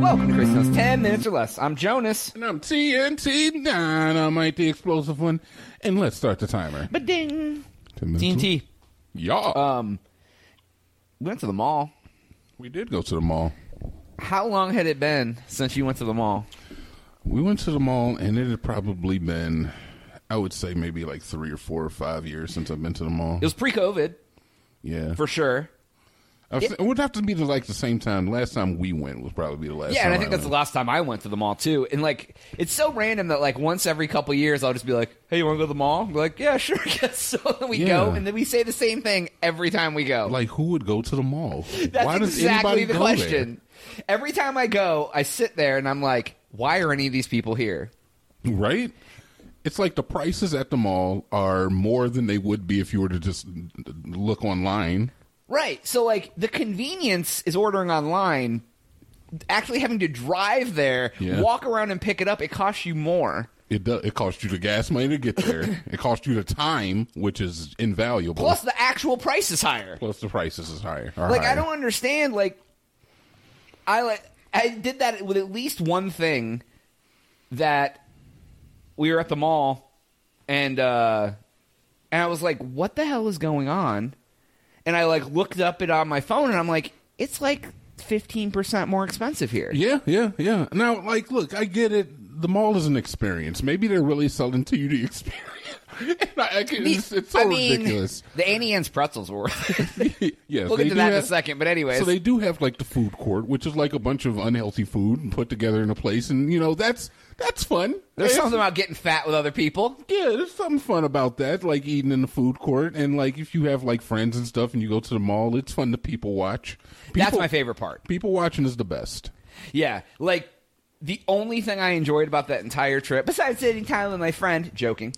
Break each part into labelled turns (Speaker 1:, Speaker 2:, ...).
Speaker 1: Welcome to Christmas 10 Minutes or Less. I'm Jonas.
Speaker 2: And I'm TNT Dynamite, the explosive one. And let's start the timer.
Speaker 1: Ba-ding.
Speaker 3: TNT.
Speaker 2: Y'all.
Speaker 1: Um, we went to the mall.
Speaker 2: we did go to the mall.
Speaker 1: How long had it been since you went to the mall?
Speaker 2: We went to the mall, and it had probably been, I would say, maybe like three or four or five years since I've been to the mall.
Speaker 1: It was pre COVID,
Speaker 2: yeah.
Speaker 1: for sure.
Speaker 2: I th- it would have to be the, like the same time. Last time we went was probably the last
Speaker 1: Yeah,
Speaker 2: time.
Speaker 1: and I think that's the
Speaker 2: went.
Speaker 1: last time I went to the mall, too. And, like, it's so random that, like, once every couple years, I'll just be like, hey, you want to go to the mall? We're like, yeah, sure, I guess so. And we go,
Speaker 2: Yeah.
Speaker 1: and then we say the same thing every time we go.
Speaker 2: Like, who would go to the mall?
Speaker 1: That's
Speaker 2: Why does
Speaker 1: exactly
Speaker 2: anybody
Speaker 1: the
Speaker 2: go
Speaker 1: question. Every time I go, I sit there and I'm like, why are any of these people here?
Speaker 2: there? Right? It's like the prices at the mall are more than they would be if you were to just look online.
Speaker 1: Right. So like the convenience is ordering online, actually having to drive there,
Speaker 2: Yeah.
Speaker 1: walk around and pick it up, it costs you more.
Speaker 2: It do, it costs you the gas money to get there. it costs you the time, which is invaluable.
Speaker 1: Plus the actual price is higher.
Speaker 2: plus the prices is higher. are
Speaker 1: Like I
Speaker 2: higher.
Speaker 1: don't understand like I like I did that with at least one thing that we were at the mall and uh and I was like what the hell is going on? And I like looked up it on my phone and I'm like it's like 15% more expensive here.
Speaker 2: Yeah, yeah, yeah. Now, like, look, I get it. The mall is an experience. Maybe they're really selling to you the experience. And I- I can- it's, it's so
Speaker 1: I mean,
Speaker 2: ridiculous.
Speaker 1: The Annie Ann's pretzels were. worth it.
Speaker 2: yes,
Speaker 1: we'll
Speaker 2: they
Speaker 1: get to
Speaker 2: do
Speaker 1: that in a
Speaker 2: have-
Speaker 1: second, but anyways,
Speaker 2: So they do have like the food court, which is like a bunch of unhealthy food put together in a place, and you know that's that's fun.
Speaker 1: there's
Speaker 2: It's-
Speaker 1: something about getting fat with other people.
Speaker 2: Yeah, there's something fun about that, like eating in the food court, and like if you have like friends and stuff, and you go to the mall, it's fun to people watch. People,
Speaker 1: That's my favorite part.
Speaker 2: People watching is the best.
Speaker 1: Yeah, like the only thing I enjoyed about that entire trip, besides sitting time with my friend, joking,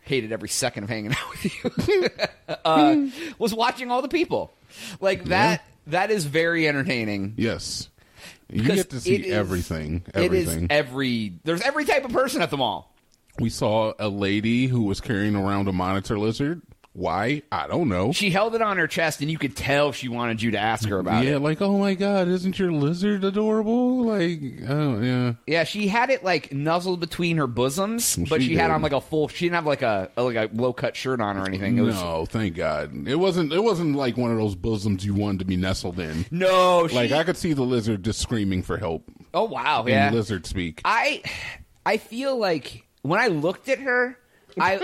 Speaker 1: hated every second of hanging out with you, uh, was watching all the people. Like that. That is very entertaining.
Speaker 2: Yes, you
Speaker 1: because
Speaker 2: get to see
Speaker 1: it is-
Speaker 2: everything.
Speaker 1: It is
Speaker 2: Everything.
Speaker 1: every. There's every type of person at the mall.
Speaker 2: we saw a lady who was carrying around a monitor lizard. Why? I don't know.
Speaker 1: She held it on her chest, and you could tell she wanted you to ask her about it.
Speaker 2: yeah, like oh my god, isn't your lizard adorable? Like oh yeah.
Speaker 1: Yeah, she had it like nuzzled between her bosoms, but she,
Speaker 2: she
Speaker 1: had
Speaker 2: did.
Speaker 1: on like a full. She didn't have like a like a low cut shirt on or anything. It was
Speaker 2: no, thank God. It wasn't. It wasn't like one of those bosoms you wanted to be nestled in.
Speaker 1: no. She,
Speaker 2: Like I could see the lizard just screaming for help
Speaker 1: oh wow,
Speaker 2: in
Speaker 1: yeah.
Speaker 2: lizard speak.
Speaker 1: I I feel like when I looked at her, I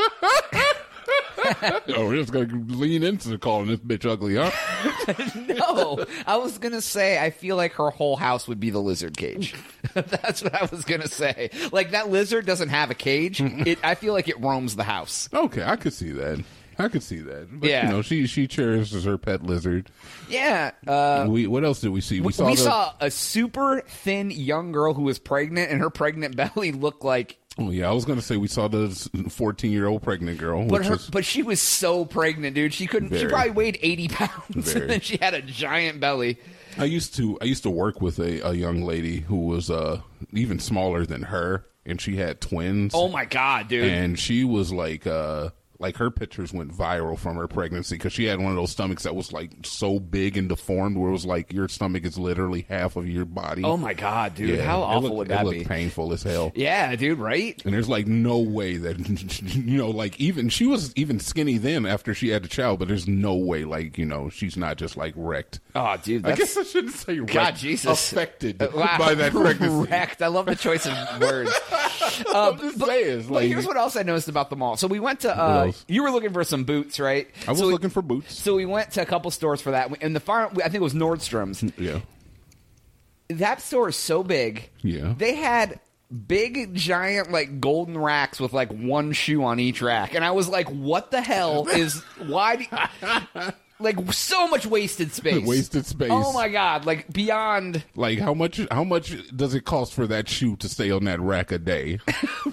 Speaker 2: oh, we're just gonna lean into calling this bitch ugly, huh?
Speaker 1: no, I was gonna say I feel like her whole house would be the lizard cage. That's what I was gonna say. Like that lizard doesn't have a cage. It I feel like it roams the house.
Speaker 2: okay, I could see that. I could see that. But,
Speaker 1: Yeah.
Speaker 2: you know, she she cherishes her pet lizard.
Speaker 1: Yeah. Uh,
Speaker 2: we what else did we see?
Speaker 1: We,
Speaker 2: saw
Speaker 1: we
Speaker 2: the-
Speaker 1: saw a super thin young girl who was pregnant, and her pregnant belly looked like
Speaker 2: Oh yeah, I was gonna say we saw the fourteen year old pregnant girl,
Speaker 1: But
Speaker 2: which
Speaker 1: her,
Speaker 2: was
Speaker 1: but she was so pregnant, dude. She couldn't. She
Speaker 2: Very.
Speaker 1: probably weighed eighty pounds,
Speaker 2: Very.
Speaker 1: and then she had a giant belly.
Speaker 2: I used to I used to work with a, a young lady who was uh even smaller than her and she had twins.
Speaker 1: Oh my god, dude!
Speaker 2: and she was like uh like her pictures went viral from her pregnancy because she had one of those stomachs that was like so big and deformed where it was like your stomach is literally half of your body.
Speaker 1: oh my god, dude!
Speaker 2: Yeah,
Speaker 1: How
Speaker 2: it
Speaker 1: awful
Speaker 2: looked-
Speaker 1: would
Speaker 2: it
Speaker 1: that
Speaker 2: looked
Speaker 1: be?
Speaker 2: Painful as hell.
Speaker 1: Yeah, dude. Right?
Speaker 2: And there's like no way that you know, like even she was even skinny then after she had the child, but there's no way like you know she's not just like wrecked.
Speaker 1: Oh, dude.
Speaker 2: I
Speaker 1: That's,
Speaker 2: guess I shouldn't say wrecked.
Speaker 1: God, Jesus.
Speaker 2: affected
Speaker 1: Uh, wow.
Speaker 2: by that pregnancy.
Speaker 1: Wrecked. I love the choice of words.
Speaker 2: I'm just saying, it's
Speaker 1: But
Speaker 2: like,
Speaker 1: here's what else I noticed about the mall. So we went to. Uh,
Speaker 2: else?
Speaker 1: you were looking for some boots, right?
Speaker 2: I was
Speaker 1: so we-
Speaker 2: looking for boots.
Speaker 1: so we went to a couple stores for that, and the far I think it was Nordstrom's.
Speaker 2: Yeah,
Speaker 1: that store is so big.
Speaker 2: Yeah.
Speaker 1: They had big giant like golden racks with like one shoe on each rack and I was like what the hell is why do like so much wasted space.
Speaker 2: Wasted space.
Speaker 1: Oh my god! Like beyond
Speaker 2: Like how much? How much does it cost for that shoe to stay on that rack a day?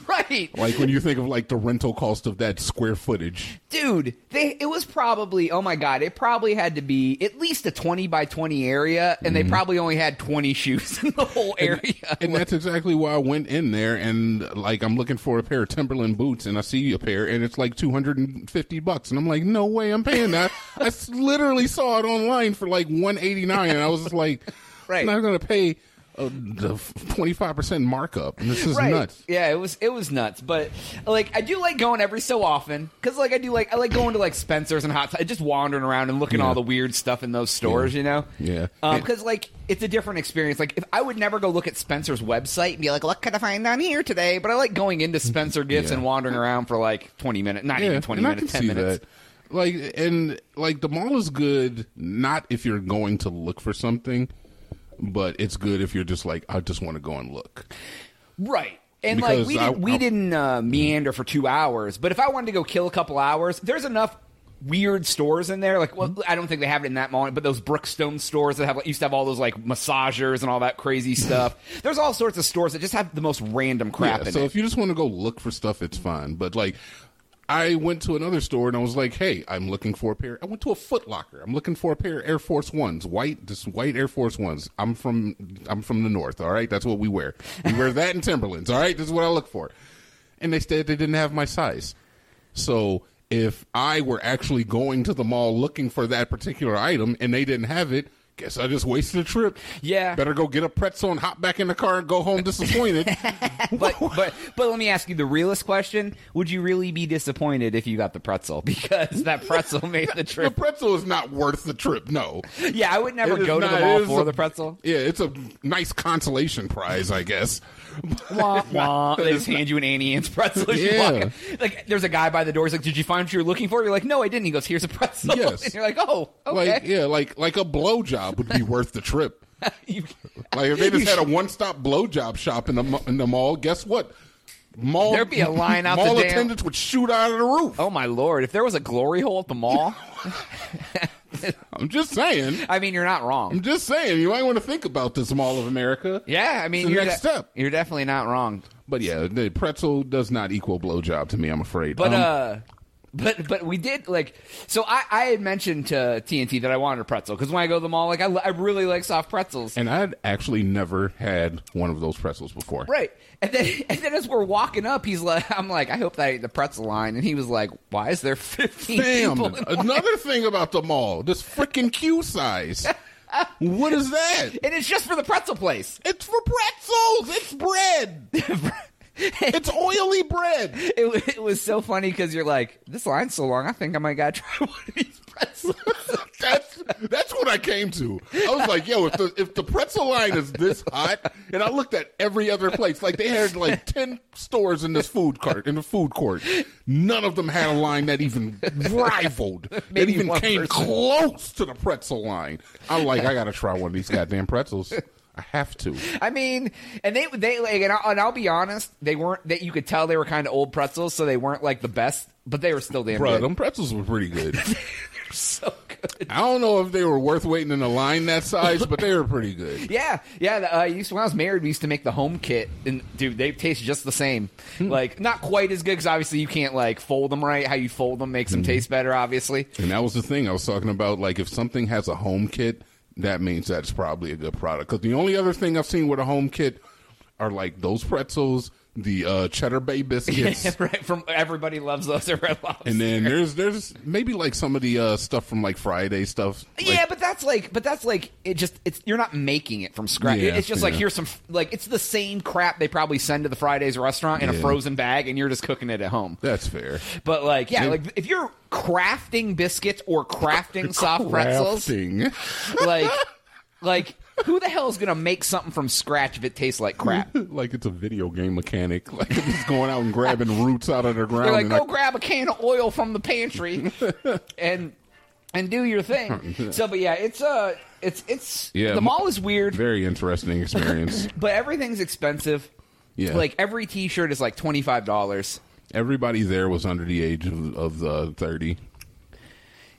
Speaker 1: right,
Speaker 2: like when you think of like the rental cost of that square footage.
Speaker 1: dude. They it was probably oh my god! It probably had to be at least a twenty by twenty area, and they probably only had twenty shoes in the whole area.
Speaker 2: Mm-hmm. And that's exactly why I went in there and like I'm looking for a pair of Timberland boots and I see a pair and it's like 250 bucks and I'm like no way I'm paying that. I s- literally saw it online for like 189 and I was just like
Speaker 1: Right.
Speaker 2: I'm not going to pay uh, the 25% markup. This is
Speaker 1: right.
Speaker 2: nuts.
Speaker 1: Yeah, it was it was nuts. But like, I do like going every so often because like I do like I like going to like Spencer's and Hot Topic, just wandering around and looking at all the weird stuff in those stores. You know.
Speaker 2: Yeah.
Speaker 1: Because like it's a different experience. Like if I would never go look at Spencer's website and be like, what could I find on here today? But I like going into Spencer Gifts
Speaker 2: Yeah.
Speaker 1: and wandering around for like twenty minutes, not even twenty
Speaker 2: and I
Speaker 1: minutes, ten
Speaker 2: can see
Speaker 1: minutes.
Speaker 2: That. Like and like the mall is good not if you're going to look for something, but it's good if you're just like I just want to go and look.
Speaker 1: Right. And like
Speaker 2: Because
Speaker 1: we
Speaker 2: I-
Speaker 1: didn't, we
Speaker 2: I-
Speaker 1: didn't uh, meander for two hours, but if I wanted to go kill a couple hours, there's enough weird stores in there. Like, well, I don't think they have it in that moment, but those Brookstone stores that have like, used to have all those like massagers and all that crazy stuff. there's all sorts of stores that just have the most random crap
Speaker 2: Yeah,
Speaker 1: in
Speaker 2: so
Speaker 1: it.
Speaker 2: if you just want to go look for stuff, it's fine. But like, I went to another store and I was like, "Hey, I'm looking for a pair." I went to a Foot Locker. I'm looking for a pair of Air Force Ones, white, just white Air Force Ones. I'm from I'm from the north. All right, that's what we wear. We wear that in Timberlands. All right, this is what I look for. And they said they didn't have my size. So if I were actually going to the mall looking for that particular item and they didn't have it. Guess I just wasted a trip.
Speaker 1: Yeah.
Speaker 2: Better go get a pretzel and hop back in the car and go home disappointed.
Speaker 1: but but but let me ask you the realest question: Would you really be disappointed if you got the pretzel because that pretzel made the
Speaker 2: The
Speaker 1: trip?
Speaker 2: pretzel is not worth the trip. No.
Speaker 1: Yeah, I would never
Speaker 2: It is
Speaker 1: go to the
Speaker 2: not- it
Speaker 1: mall
Speaker 2: is
Speaker 1: for
Speaker 2: a-
Speaker 1: the pretzel.
Speaker 2: Yeah, it's a nice consolation prize, I guess.
Speaker 1: Wah, wah. They just hand you an Annie Ann's pretzel. As you
Speaker 2: Yeah.
Speaker 1: walk in. Like, there's a guy by the door. He's like, "Did you find what you were looking for?" You're like, "No, I didn't." He goes, "Here's a pretzel."
Speaker 2: Yes.
Speaker 1: And you're like, "Oh, okay."
Speaker 2: Like yeah, like like a blowjob would be worth the trip.
Speaker 1: You-
Speaker 2: Like if they just had a one-stop blowjob shop in the ma- in the mall, guess what? Mall
Speaker 1: There'd be a line out the
Speaker 2: Mall
Speaker 1: damn-
Speaker 2: attendants would shoot out of the roof.
Speaker 1: oh my lord! If there was a glory hole at the mall,
Speaker 2: I'm just saying.
Speaker 1: I mean, you're not wrong.
Speaker 2: I'm just saying. You might want to think about this Mall of America.
Speaker 1: Yeah, I mean,
Speaker 2: It's the
Speaker 1: you're
Speaker 2: next
Speaker 1: de-
Speaker 2: step.
Speaker 1: You're definitely not wrong.
Speaker 2: But yeah, the pretzel does not equal blowjob to me. I'm afraid.
Speaker 1: But
Speaker 2: Um,
Speaker 1: uh, but but we did like so. I I had mentioned to TNT that I wanted a pretzel because when I go to the mall, like I, I really like soft pretzels.
Speaker 2: and I'd actually never had one of those pretzels before.
Speaker 1: Right. And then, and then as we're walking up, he's like, I'm like, I hope that I ate the pretzel line. And he was like, why is there 15
Speaker 2: Damn!
Speaker 1: people? in line?"
Speaker 2: Another thing about the mall, this freaking queue size. what is that?
Speaker 1: And it's just for the pretzel place.
Speaker 2: It's for pretzels. It's bread. it's oily bread.
Speaker 1: It, wa- it was so funny because you're like, this line's so long, I think I might gotta try one of these pretzels.
Speaker 2: That's that's what I came to. I was like, yo, if the if the pretzel line is this hot, and I looked at every other place, like they had like ten stores in this food cart in the food court. None of them had a line that even rivaled, that
Speaker 1: Maybe
Speaker 2: even
Speaker 1: one
Speaker 2: came
Speaker 1: person.
Speaker 2: close to the pretzel line. I'm like, I gotta try one of these goddamn pretzels. I have to.
Speaker 1: I mean, and they they like, and, I, and I'll be honest, they weren't that you could tell they were kind of old pretzels, so they weren't like the best, but they were still damn
Speaker 2: Bro,
Speaker 1: good.
Speaker 2: them pretzels were pretty good.
Speaker 1: They're so good.
Speaker 2: I don't know if they were worth waiting in a line that size, but they were pretty good.
Speaker 1: Yeah, yeah. the- Uh, I used when I was married, we used to make the home kit, and dude, they taste just the same.
Speaker 2: Hmm.
Speaker 1: Like not quite as good because obviously you can't like fold them right. How you fold them makes them
Speaker 2: Mm-hmm.
Speaker 1: taste better, obviously.
Speaker 2: And that was the thing I was talking about. Like, if something has a home kit, that means that's probably a good product. Because the only other thing I've seen with a home kit are like those pretzels, the uh, cheddar bay biscuits,
Speaker 1: right from everybody loves those at Red Lobster.
Speaker 2: and then there's there's maybe like some of the uh, stuff from like Friday stuff. Like,
Speaker 1: yeah, but that's like, but that's like, it just, it's you're not making it from scratch.
Speaker 2: Yeah,
Speaker 1: it's just like
Speaker 2: yeah.
Speaker 1: here's some, like it's the same crap they probably send to the Fridays restaurant in a
Speaker 2: Yeah.
Speaker 1: frozen bag, and you're just cooking it at home.
Speaker 2: that's fair.
Speaker 1: But like, yeah,
Speaker 2: Yeah.
Speaker 1: like if you're crafting biscuits or crafting soft pretzels,
Speaker 2: Crafting.
Speaker 1: like like who the hell is gonna make something from scratch if it tastes like crap
Speaker 2: like it's a video game mechanic. Like I'm just going out and grabbing roots out of the ground.
Speaker 1: they're like "Oh."
Speaker 2: and
Speaker 1: go
Speaker 2: I-
Speaker 1: grab a can of oil from the pantry and and do your thing so but yeah it's uh it's it's
Speaker 2: Yeah,
Speaker 1: the
Speaker 2: m-
Speaker 1: mall is weird
Speaker 2: very interesting experience.
Speaker 1: but everything's expensive
Speaker 2: Yeah.
Speaker 1: like every t-shirt is like $25
Speaker 2: Everybody there was under the age of, of uh, 30.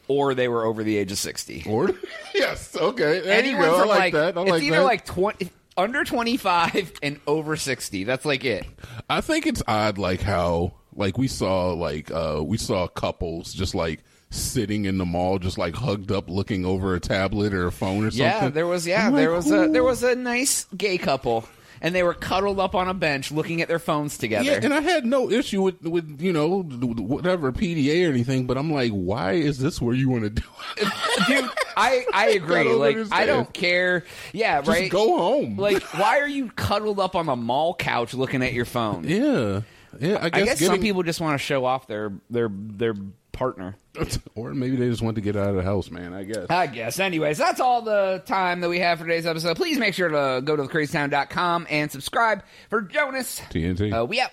Speaker 1: or they were over the age of sixty.
Speaker 2: Or yes, okay. There you
Speaker 1: Anyone
Speaker 2: go. I
Speaker 1: from
Speaker 2: like, that. I
Speaker 1: it's
Speaker 2: like
Speaker 1: either
Speaker 2: that.
Speaker 1: like twenty under twenty five and over sixty. That's like it.
Speaker 2: I think it's odd, like how like we saw like uh we saw couples just like sitting in the mall, just like hugged up, looking over a tablet or a phone or
Speaker 1: Yeah,
Speaker 2: something.
Speaker 1: there was yeah,
Speaker 2: I'm like,
Speaker 1: there was a there
Speaker 2: "Ooh."
Speaker 1: was a nice gay couple, and they were cuddled up on a bench looking at their phones together.
Speaker 2: Yeah, and I had no issue with with you know whatever PDA or anything, but I'm like, why is this where you want to do? It?
Speaker 1: Dude, I I agree.
Speaker 2: don't
Speaker 1: like I
Speaker 2: understand.
Speaker 1: don't care. Yeah,
Speaker 2: Just
Speaker 1: right.
Speaker 2: go home.
Speaker 1: Like, why are you cuddled up on the mall couch looking at your phone?
Speaker 2: yeah, yeah. I guess,
Speaker 1: I guess some
Speaker 2: getting-
Speaker 1: people just want to show off their their their partner.
Speaker 2: or maybe they just want to get out of the house, man. I guess.
Speaker 1: I guess. Anyways, that's all the time that we have for today's episode. Please make sure to go to thecrazytown.com and subscribe for Jonas.
Speaker 2: TNT.
Speaker 1: Uh, we out.